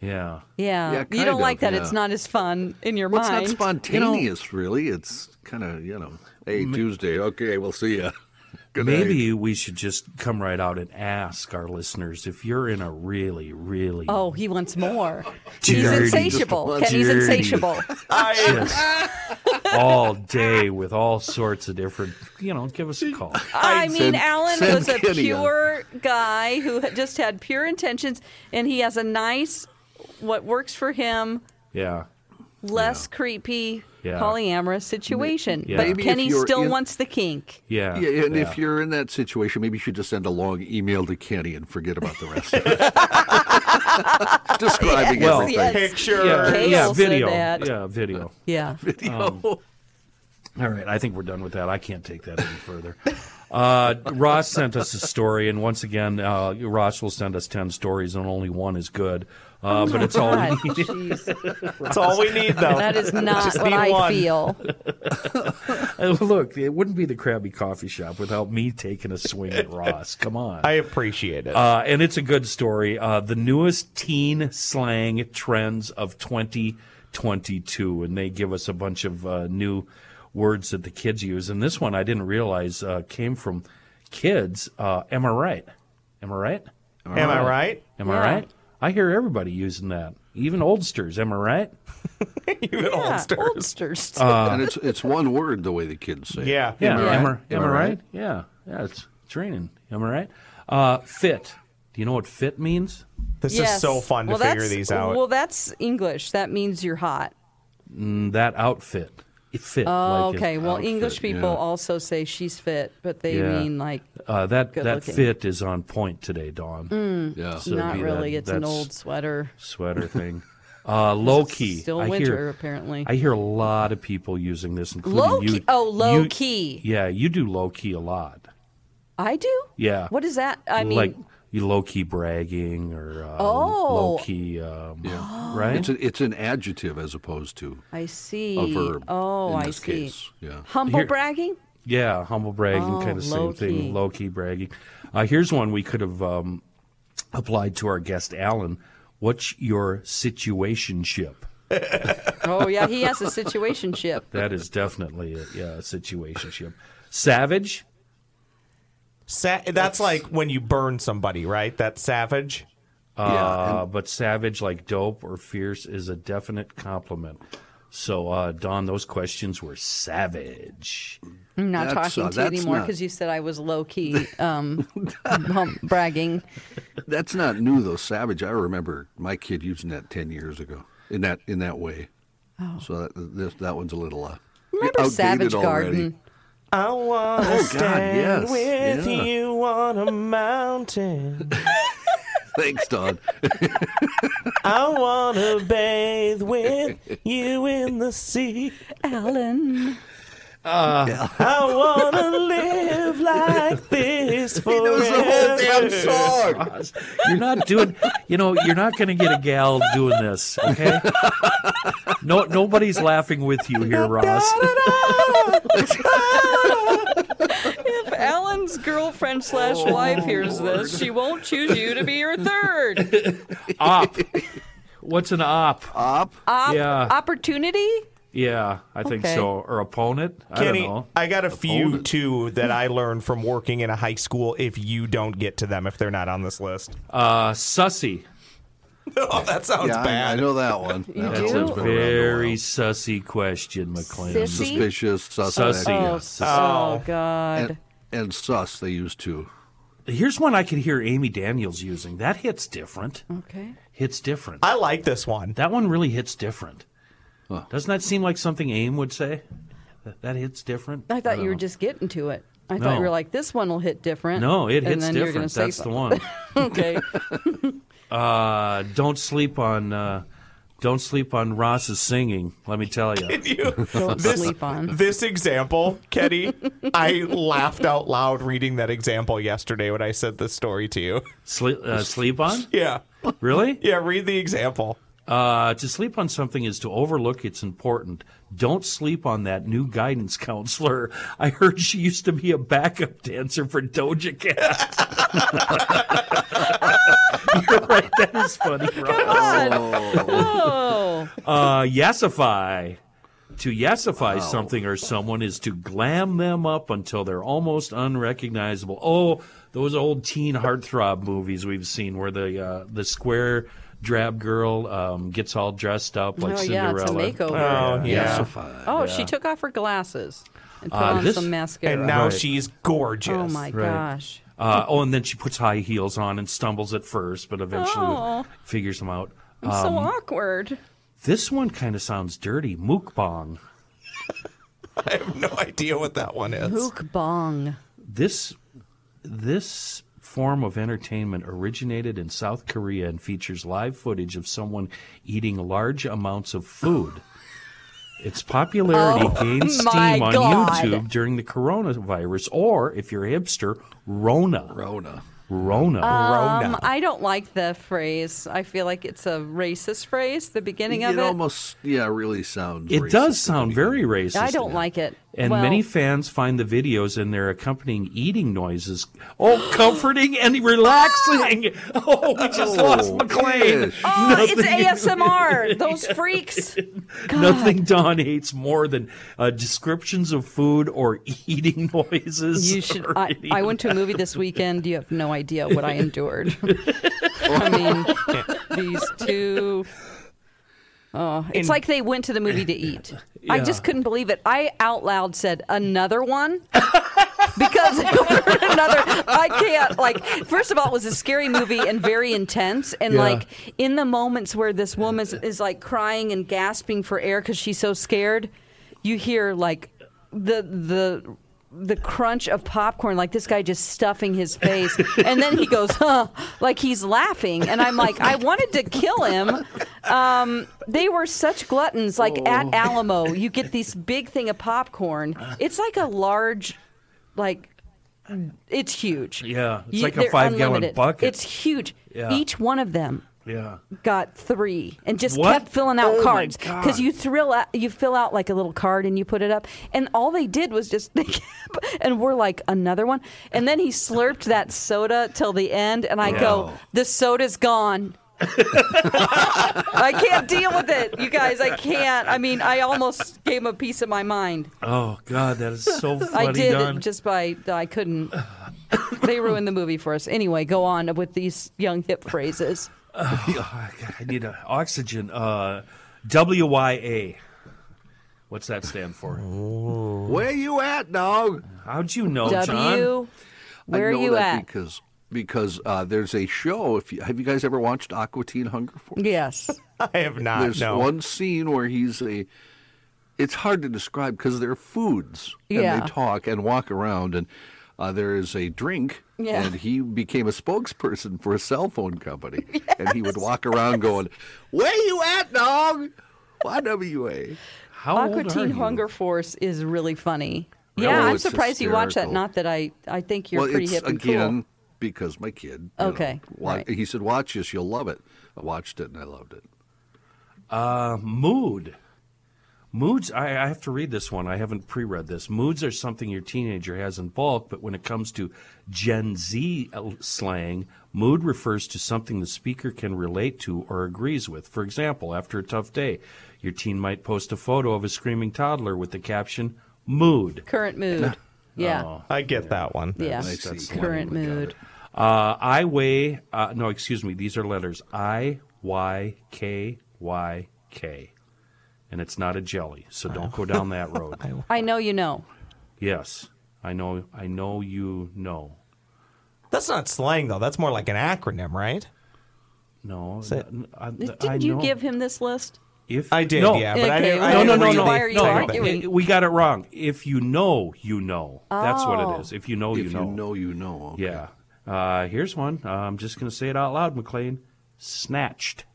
Yeah.
Yeah.
Yeah,
you
kind
don't like
of,
that
yeah.
it's not as fun in your
Well, it's
mind.
not spontaneous, really. It's kind of you know, hey Tuesday, okay, we'll see ya. Good night.
Maybe we should just come right out and ask our listeners if you're in a really, really
Oh, he wants more. He's
Dirty.
insatiable.
Just
Kenny's
dirty.
insatiable.
I,
just all day with all sorts of different, you know, give us a call.
I mean,
Send-
Alan
send
was a
Kenny on.
pure guy who had- just had pure intentions, and he has a nice, what works for him,
Yeah.
less creepy,
Yeah.
polyamorous situation.
Yeah.
But
Maybe
if
Kenny
you're
still
in-
wants the kink.
Yeah.
Yeah, and if you're in that situation, maybe you should just send a long email to Kenny and forget about the rest of it. Describing
Well,
everything.
yes.
picture.
yeah,
Kale
yeah,
said
video.
that.
Yeah, video.
Yeah.
All right, I think we're done with that. I can't take that any further. Uh, Ross sent us a story, and once again, uh, Ross will send us ten stories, and only one is good. Uh, but it's all
Oh God, jeez.
That's all we need, though.
that is not
Oh. Just
what
need
I
one.
feel.
look. It wouldn't be the Krabby Coffee Shop without me taking a swing at Ross. Come on.
I appreciate it.
Uh, and it's a good story. Uh, the newest teen slang trends of 2022. And they give us a bunch of uh, new words that the kids use. And this one I didn't realize uh, came from kids. Uh, am I right? Am I right?
Am I right?
Am I right? I hear everybody using that, even oldsters. Am I right?
Even oldsters.
Oldsters.
and it's it's one word the way the kids say. it.
Yeah.
Yeah.
I
Am I,
right?
am I right? Yeah. Yeah. It's training. Am I right? Uh, fit. Do you know what fit means?
This is so fun to
Well,
figure
that's-
these out.
Well, that's English. That means you're hot.
That outfit. It fit. like it-
Oh, okay. Well,
outfit,
English people
yeah.
also say she's fit, but they
Yeah.
mean like
Uh, that
Good
that
looking. Mm,
fit is on point today, Dawn.
Yeah.
So it'd
not
be
really.
that-
it's an
that's
old sweater.
sweater thing. Uh, low key.
Still
I
winter,
hear,
apparently.
I hear a lot of people using this, including
Low
you.
key- oh, low
you-
key.
Yeah, you do low key a lot.
I do.
Yeah.
What is that? I mean,
like you low key bragging or uh,
Oh.
low key, um,
It's
right?
a, it's an adjective as opposed to
I see.
a verb.
oh,
in
I
this
see.
Case. Yeah.
Humble
Here-
bragging.
yeah, humble bragging,
Oh,
kind of same
low key.
thing. Low key bragging. Uh, here's one we could have um, applied to our guest Alan. What's your situationship?
Oh yeah, he has a situationship.
That is definitely a yeah, a situationship. Savage?
Sa- that's like when you burn somebody, right? That's savage.
yeah.
Uh, but savage like dope or fierce is a definite compliment. So, uh, Don, those questions were savage.
I'm not
That's,
talking
uh,
to you
that's
anymore
not-
because you said I was low key um, hum- bragging.
And that's not new though. Savage. I remember my kid using that ten years ago in that in that way. Oh. So that this, that one's a little uh,
Remember
outdated
Savage
already.
Garden?
I want to
Oh, God,
stand
yes.
with
Yeah.
you on a mountain.
Thanks, Don.
I want to bathe with you in the sea.
Alan.
I want to live like this forever.
song.
You're not doing, you know, you're not going to get a gal doing this, okay? No, nobody's laughing with you here, Ross.
If Alan's girlfriend slash
Oh,
wife hears this, she won't choose you to be her third.
Op. What's an op?
Up.
Op-
Yeah.
Opportunity?
Yeah, I think
Okay.
so. Or opponent? I
Kenny,
don't know.
I got a few too that I learned from working in a high school. If you don't get to them, if they're not on this list,
Uh, sussy.
oh, that sounds
Yeah, I, I know that one. That
That's
do?
a
one's been around a
very
while.
sussy question, McLean.
Sissy?
suspicious, suspect,
Sussy.
yeah.
Oh, so- oh, God.
and, and sus they use too.
Here's one I could hear Amy Daniels using. That hits different.
okay.
Hits different.
I like this one.
That one really hits different. Doesn't that seem like something AIM would say? That, that hits different?
I thought you were just getting to it. I thought you
Uh-huh. No.
were like, this one will hit different.
Uh, No, it
and
hits
then you're gonna
different.
say
That's the
something.
one.
Okay.
Uh, don't sleep on. Uh, don't sleep on Ross's singing. Let me tell you.
Don't
This-
sleep on.
This example, Kenny, I laughed out loud reading that example yesterday when I said this story to you.
Sleep, uh, sleep on?
Yeah.
Really?
Yeah, read the example.
Uh, to sleep on something is to overlook it's important. Don't sleep on that new guidance counselor. I heard she used to be a backup dancer for Doja Cat. You're right. That is funny, Ross.
Oh,
Uh, yesify. To yesify something or someone is to glam them up until they're almost unrecognizable. Oh, those old teen heartthrob movies we've seen where the uh, the square drab girl um, gets all dressed up like
oh yeah, it's a
Cinderella.
makeover.
Oh, yeah.
oh, she took off her glasses and put on
Uh, this-
some mascara.
And now
Right.
she's gorgeous.
oh my gosh.
Uh, oh, and then she puts high heels on and stumbles at first, but eventually
Oh.
figures them out.
I'm so awkward.
This one kind of sounds dirty. Mukbang.
I have no idea what that one is.
Hook bong.
this this form of entertainment originated in South Korea and features live footage of someone eating large amounts of food. Its popularity gained
Oh my
steam on
God.
YouTube during the coronavirus, or if you're a hipster, Rona.
Rona.
Rona.
Rona.
Um, I don't like the phrase. I feel like it's a racist phrase. The beginning of
It
it.
almost, yeah, really sounds.
it does
racist.
sound very racist.
I don't like it.
And
Well,
many fans find the videos and their accompanying eating noises oh comforting and relaxing. Oh, we just lost McLean.
Ish.
Oh, it's ASMR. Those freaks.
Nothing Don hates more than uh, descriptions of food or eating noises.
You should.
or
I,
eating-
I went to a movie this weekend. You have no idea what I endured. I mean, these two. Oh, it's like they went to the movie to eat. I just
Yeah.
couldn't believe it. I out loud said another one because it ordered another. I can't. Like, first of all, it was a scary movie and very intense. And
Yeah.
like in the moments where this woman is, is like crying and gasping for air because she's so scared, you hear like the the the crunch of popcorn like this guy just stuffing his face and then he goes huh like he's laughing and i'm like i wanted to kill him um, they were such gluttons like
Oh.
at alamo you get this big thing of popcorn it's like a large like it's huge
Yeah, it's
You-
like a
they're
five-gallon
unlimited.
bucket.
it's huge
Yeah.
each one of them
yeah.
got three and just
What?
kept filling
Oh
out
my
cards
God.
because you thrill out, you fill out like a little card and you put it up and all they did was just they kept, and we're like another one and then he slurped that soda till the end and I go the soda's gone. I can't deal with it, you guys. I can't. I mean, I almost gave him a piece of my mind.
Oh God, that is so funny.
I did
Don.
just by I couldn't. They ruined the movie for us. Anyway, go on with these young hip phrases.
Oh, God, I need a oxygen. Uh, WYA. What's that stand for?
Where you at, dog?
How'd you
Oh,
know, John?
W, where
I
are
know
you
that
at?
Because because uh, there's a show. If you, have you guys ever watched Aqua Teen Hunger Force?
Yes.
I have not.
There's
no.
one scene where he's a. It's hard to describe because they're foods and
Yeah.
they talk and walk around and uh, there is a drink
Yeah.
and he became a spokesperson for a cell phone company and he would walk around going, "Where you at, dog? YWA."
How
Aqua
old are
Teen
you?
Hunger Force is really funny.
Really?
Yeah,
Oh,
I'm
it's
surprised you watched that.
hysterical.
Not that I, I think you're
well,
pretty
it's
hip and
again
cool.
because my kid. you
Okay,
know, wa-
right.
He said, "Watch this, you'll love it." I watched it and I loved it.
Mood. Moods, I, I have to read this one. I haven't pre read this. Moods are something your teenager has in bulk, but when it comes to Gen Z el- slang, mood refers to something the speaker can relate to or agrees with. For example, after a tough day, your teen might post a photo of a screaming toddler with the caption, Mood.
Current mood. Yeah.
Oh,
I get that one.
yeah.
I see.
Current
Got it.
mood.
Uh, I weigh, uh, no, excuse me, these are letters I Y K Y K. And it's not a jelly, so don't go down that road.
I know you know.
Yes, I know. I know you know.
That's not slang though. That's more like an acronym, right?
No,
it-
n- I,
Didn't
I
you
know.
give him this list?
If
I did,
no,
yeah. But I
Okay,
didn't, I
No, no,
didn't
no,
really
no,
Why are you
no,
think
no.
about it.
arguing?
It- We got it wrong. If you know, you know. That's what
Oh.
it is. If you know,
If
Oh, you know.
you know, you know. okay.
Yeah. Uh, here's one. Uh, I'm just going to say it out loud, McLean. Snatched.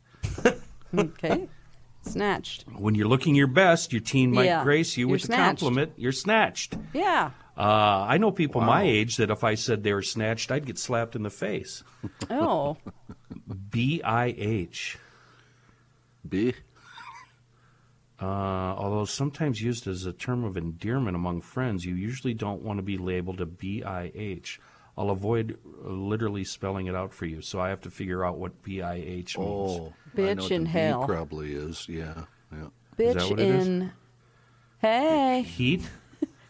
Okay. Snatched.
When you're looking your best, your teen might
Yeah,
grace you
you're
with the
snatched.
compliment. You're snatched.
Yeah.
Uh, I know people my age that if I said they were snatched, I'd get slapped in the face.
Oh.
B I H.
B.
Uh, although sometimes used as a term of endearment among friends, you usually don't want to be labeled a BIH. I'll avoid uh, literally spelling it out for you, so I have to figure out what BIH means.
Oh, I
Bitch
know what the
in
B
hell.
probably is. Yeah, yeah.
Is that
Bitch
what it is?
in. Hey.
Heat?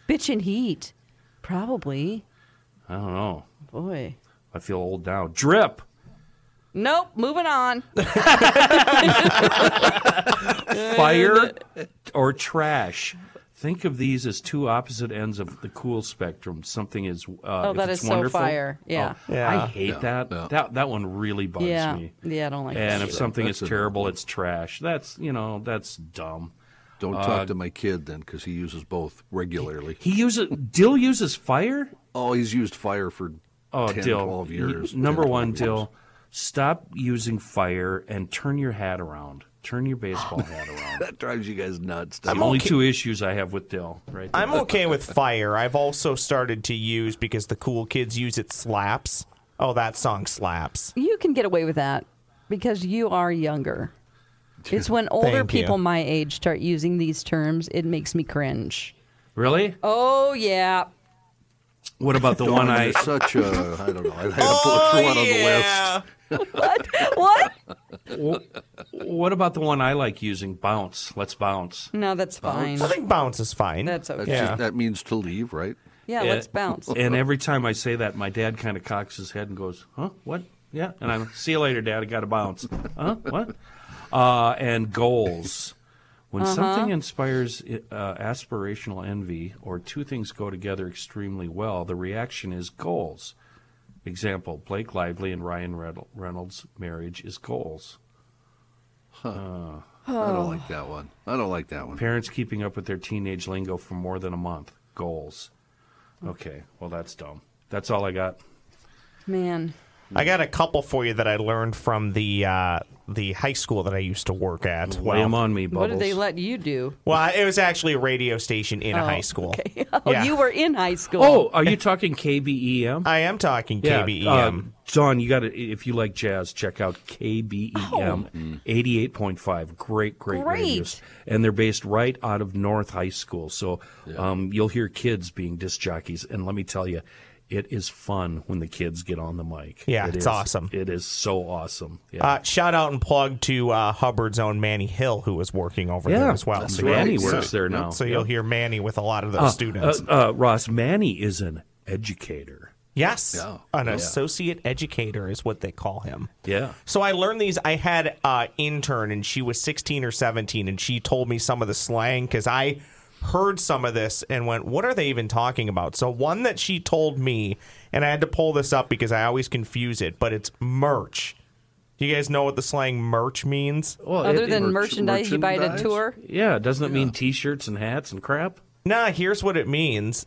Bitch in heat. Probably.
I don't know.
Boy.
I feel old now. Drip!
Nope. Moving on.
fire or trash. Think of these as two opposite ends of the cool spectrum. Something is uh,
Oh,
if
that
it's
is so
wonderful,
fire. Yeah.
oh,
Yeah.
I hate that.
no.
That that one really bugs
yeah.
me.
Yeah. I don't like
And
that.
if something
That's
is
a-
terrible, it's trash. That's you know that's dumb.
Don't
Uh,
talk to my kid then, because he uses both regularly.
He uses Dill uses fire.
Oh, he's used fire for
Oh,
10,
Dill.
12
y-
years.
Number
10,
one,
12 years.
Dill, stop using fire and turn your hat around. Turn your baseball hat around.
That drives you guys nuts.
The
doesn't it?
only
okay-
two issues I have with Dill, right? there.
I'm okay with fire. I've also started to use because the cool kids use it slaps. Oh, that song slaps.
you can get away with that because you are younger. It's when older
Thank you.
people my age start using these terms, it makes me cringe.
really.
Oh, yeah.
What about the one I?
There's such a I don't know. I'd have
Oh,
to look for one on the list.
What?
What about the one I like using? Bounce. Let's bounce.
No, that's fine.
I think bounce is fine.
That's
That's
okay.
Yeah.
just, that means to leave, right?
Yeah, let's bounce.
And every time I say that, my dad kind of cocks his head and goes, "Huh? What? Yeah." And I'm, "See you later, Dad. I got to bounce." Huh? What? Uh, and goals. When
Uh-huh.
something inspires uh, aspirational envy, or two things go together extremely well, the reaction is goals. Example: Blake Lively and Ryan Reynol- Reynolds' marriage is goals.
I don't
Oh.
like that one. I don't like that one.
Parents keeping up with their teenage lingo for more than a month. Goals. Okay, well, that's dumb. That's all I got.
Man.
I got a couple for you that I learned from the uh, the high school that I used to work at.
Lay 'em on me,
What
Bubbles.
did they let you do?
Well, it was actually a radio station in a
Oh,
high school.
Okay. Oh,
Yeah.
you were in high school.
oh, are you talking E KBEM?
I am talking
E
E KBEM.
uh, John, you got to, if you like jazz, check out E KBEM 88.5. Great, great,
Oh. Mm. Great.
radio s- And they're based right out of North High School. So um, you'll hear kids being disc jockeys. And let me tell you, it is fun when the kids get on the mic.
Yeah,
It
it's
is-
awesome.
It is so awesome. Yeah.
Uh, shout out and plug to uh, Hubbard's own Manny Hill, who was working over there as well.
that's
So,
right.
yeah,
Manny
yeah.
works there now.
so you'll hear Manny with a lot of those students.
Uh, uh, Ross Manny is an educator.
yes,
Yeah.
an associate educator is what they call him.
Yeah.
So I learned these. I had an intern, and she was 16 or 17, and she told me some of the slang because I heard some of this and went, "What are they even talking about?" So one that she told me, and I had to pull this up because I always confuse it, but it's merch. Do you guys know what the slang merch means?
Well,
Other
it-
than
merch-
merchandise, you buy at a
merchandise?
tour?
yeah, doesn't it mean T-shirts and hats and crap?
Nah, here's what it means.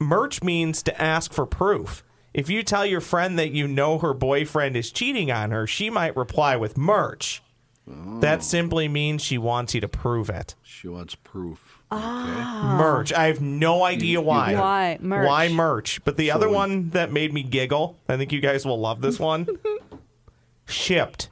Merch means to ask for proof. If you tell your friend that you know her boyfriend is cheating on her, she might reply with merch. That simply means she wants you to prove it.
She wants proof.
Ah,
Okay.
Merch. I have no idea why.
Why merch?
Why merch? But the other one that made me giggle, I think you guys will love this one. Shipped.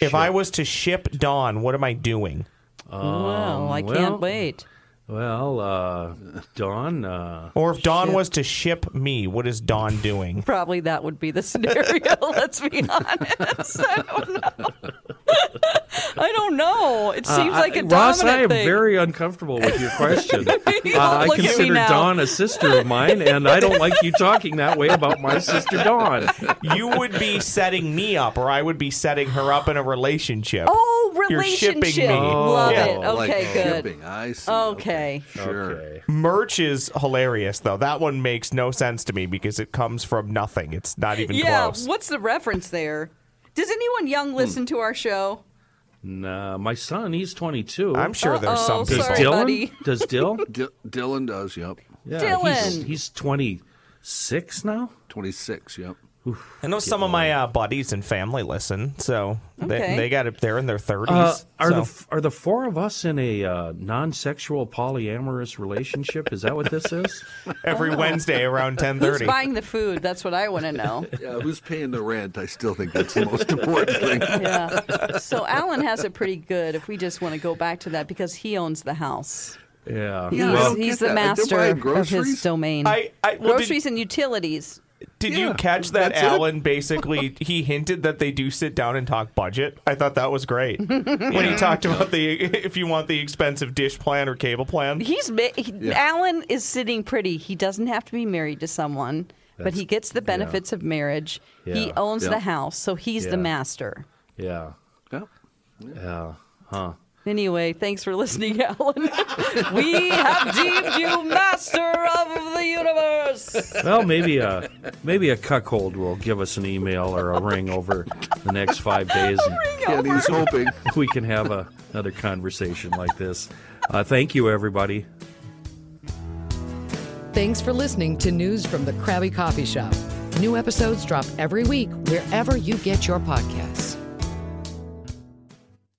If I was to ship Dawn, what am I doing?
Wow, I
well-
can't wait.
Well, uh, Don, uh,
Or if Dawn was to ship me, what is Dawn doing?
Probably that would be the scenario. let's be honest. I don't know. I don't know. It seems like a dominant
Ross, Uh, I am
thing.
very uncomfortable with your question. uh, I
Look at me
consider
now.
Dawn a sister of mine, and I don't like you talking that way about my sister Dawn.
you would be setting me up, or I would be setting her up in a relationship.
Oh,
You're
relationship.
shipping me.
Oh,
Love
Yeah.
it.
like
Okay, good.
Shipping. I see.
Okay.
Sure.
Okay.
Merch is hilarious, though. That one makes no sense to me because it comes from nothing. It's not even
Yeah,
close.
what's the reference there? Does anyone
Hmm.
young listen to our show?
Nah, uh, my son, he's 22.
I'm sure there's some
Uh-oh,
Does
people.
sorry,
Dylan?
buddy.
Does Dill?
D- Dylan does. Yep.
Yeah, he's-
Dylan.
he's 26 now.
26. Yep.
I know some of my uh, buddies and family listen, so
Okay.
they, they got it. They're in their thirties.
Uh, are
so.
the f- are the four of us in a uh, non-sexual polyamorous relationship? Is that what this is?
every Wednesday around ten
Who's
thirty?
buying the food? That's what I want to know.
Yeah, who's paying the rent? I still think that's the most important thing.
Yeah. So Alan has it pretty good. If we just want to go back to that, because he owns the house.
Yeah.
He's,
I
Well,
don't
he's
get
the
that. They're
master
buying
of his
groceries?
domain.
I- I- well, did-
groceries and utilities.
Did
Yeah,
you catch that?
that's it.
Alan basically he hinted that they do sit down and talk budget. I thought that was great when he talked about the if you want the expensive dish plan or cable plan.
He's ma- he, Alan is sitting pretty. He doesn't have to be married to someone, but
That's-
he gets the benefits of marriage. He
Yeah.
owns
Yeah.
the house, so he's
Yeah.
the master.
yeah.
Yeah.
Yeah. Huh.
Anyway, thanks for listening, Alan. we have deemed you master of the universe.
Well, maybe a maybe a cuckold will give us an email or a ring over the next five days, and
And he's hoping.
we can have a, another conversation like this. Uh, thank you, everybody.
Thanks for listening to News from the Krabby Coffee Shop. New episodes drop every week wherever you get your podcasts.